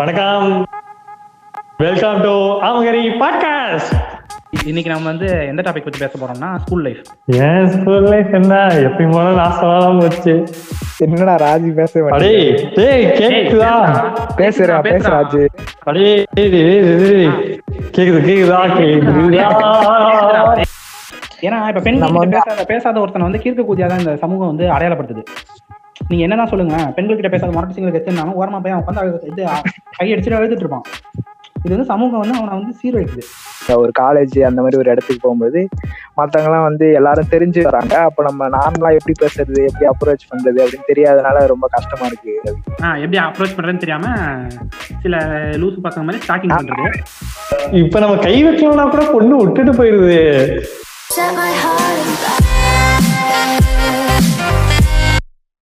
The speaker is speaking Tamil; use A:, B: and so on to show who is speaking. A: வணக்கம் வெல்கம் டு ஆமகரி பாட்காஸ்ட்
B: இன்னைக்கு நம்ம வந்து எந்த டாபிக் பத்தி பேச போறோம்னா ஸ்கூல் லைஃப்
A: ஏன் ஸ்கூல் லைஃப் என்ன எப்பயும் போல நாசமா தான் போச்சு
C: என்னடா ராஜி பேச
A: அடே டேய் கேக்குதா
C: பேசுறா பேச ராஜு
A: அடே டேய், டேய், டேய், டேய். கேக்குது கேக்குதா கேக்குதா
B: ஏன்னா இப்ப பெண்
C: நம்ம வந்து-
B: பேசாத பேசாத ஒருத்தனை வந்து கீர்க்க கூதியா தான் இந்த சமூகம் வந்து அடையாளப்படுத்துது நீங்க என்னதான் சொல்லுங்க பெண்கள் கிட்ட பேசாத மொரட்டு சிங்களை கத்துனாலும் ஓரமா போய் அவன் உட்காந்து அழுது- இது கை அடிச்சுட்டு அழுதுட்டு இருப்பான் இது வந்து சமூகம் வந்து அவனை வந்து சீரழிக்குது
C: ஒரு காலேஜ் அந்த மாதிரி ஒரு இடத்துக்கு போகும்போது மத்தவங்க எல்லாம் வந்து எல்லாரும் தெரிஞ்சு வராங்க அப்ப நம்ம நார்மலா எப்படி பேசுறது எப்படி அப்ரோச் பண்றது அப்படின்னு தெரியாதனால ரொம்ப கஷ்டமா இருக்கு ரவி.
B: ஆஹ் எப்படி அப்ரோச் பண்றதுன்னு தெரியாம சில லூசு பசங்க மாதிரி ஸ்டாக்கிங் பண்றது
A: இப்ப நம்ம கை வைக்கலன்னா கூட பொண்ணு விட்டுட்டு போயிருது
D: Set my heart on fire.